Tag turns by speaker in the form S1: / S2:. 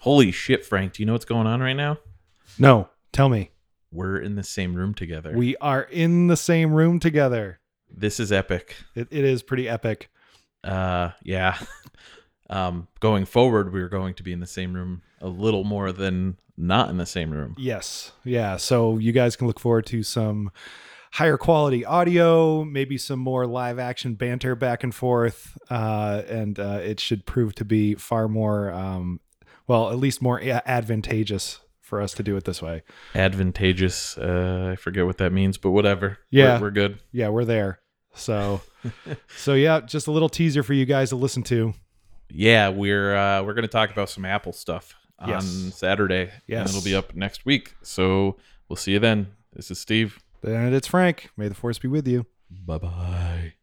S1: Holy shit, Frank. Do you know what's going on right now?
S2: No, tell me.
S1: We're in the same room together.
S2: We are in the same room together.
S1: this is epic.
S2: It, it is pretty epic.
S1: Uh yeah. Um going forward, we're going to be in the same room a little more than not in the same room.
S2: Yes. Yeah. So you guys can look forward to some higher quality audio, maybe some more live action banter back and forth. Uh, and uh, it should prove to be far more, um, well, at least more a- advantageous for us to do it this way.
S1: Advantageous. Uh I forget what that means, but whatever.
S2: Yeah.
S1: We're, we're good.
S2: Yeah, we're there. So, so yeah, just a little teaser for you guys to listen to.
S1: Yeah, we're uh we're gonna talk about some Apple stuff on
S2: Yes.
S1: Saturday. And
S2: Yes.
S1: it'll be up next week. So we'll see you then. This is Steve.
S2: And it's Frank. May the force be with you.
S1: Bye bye.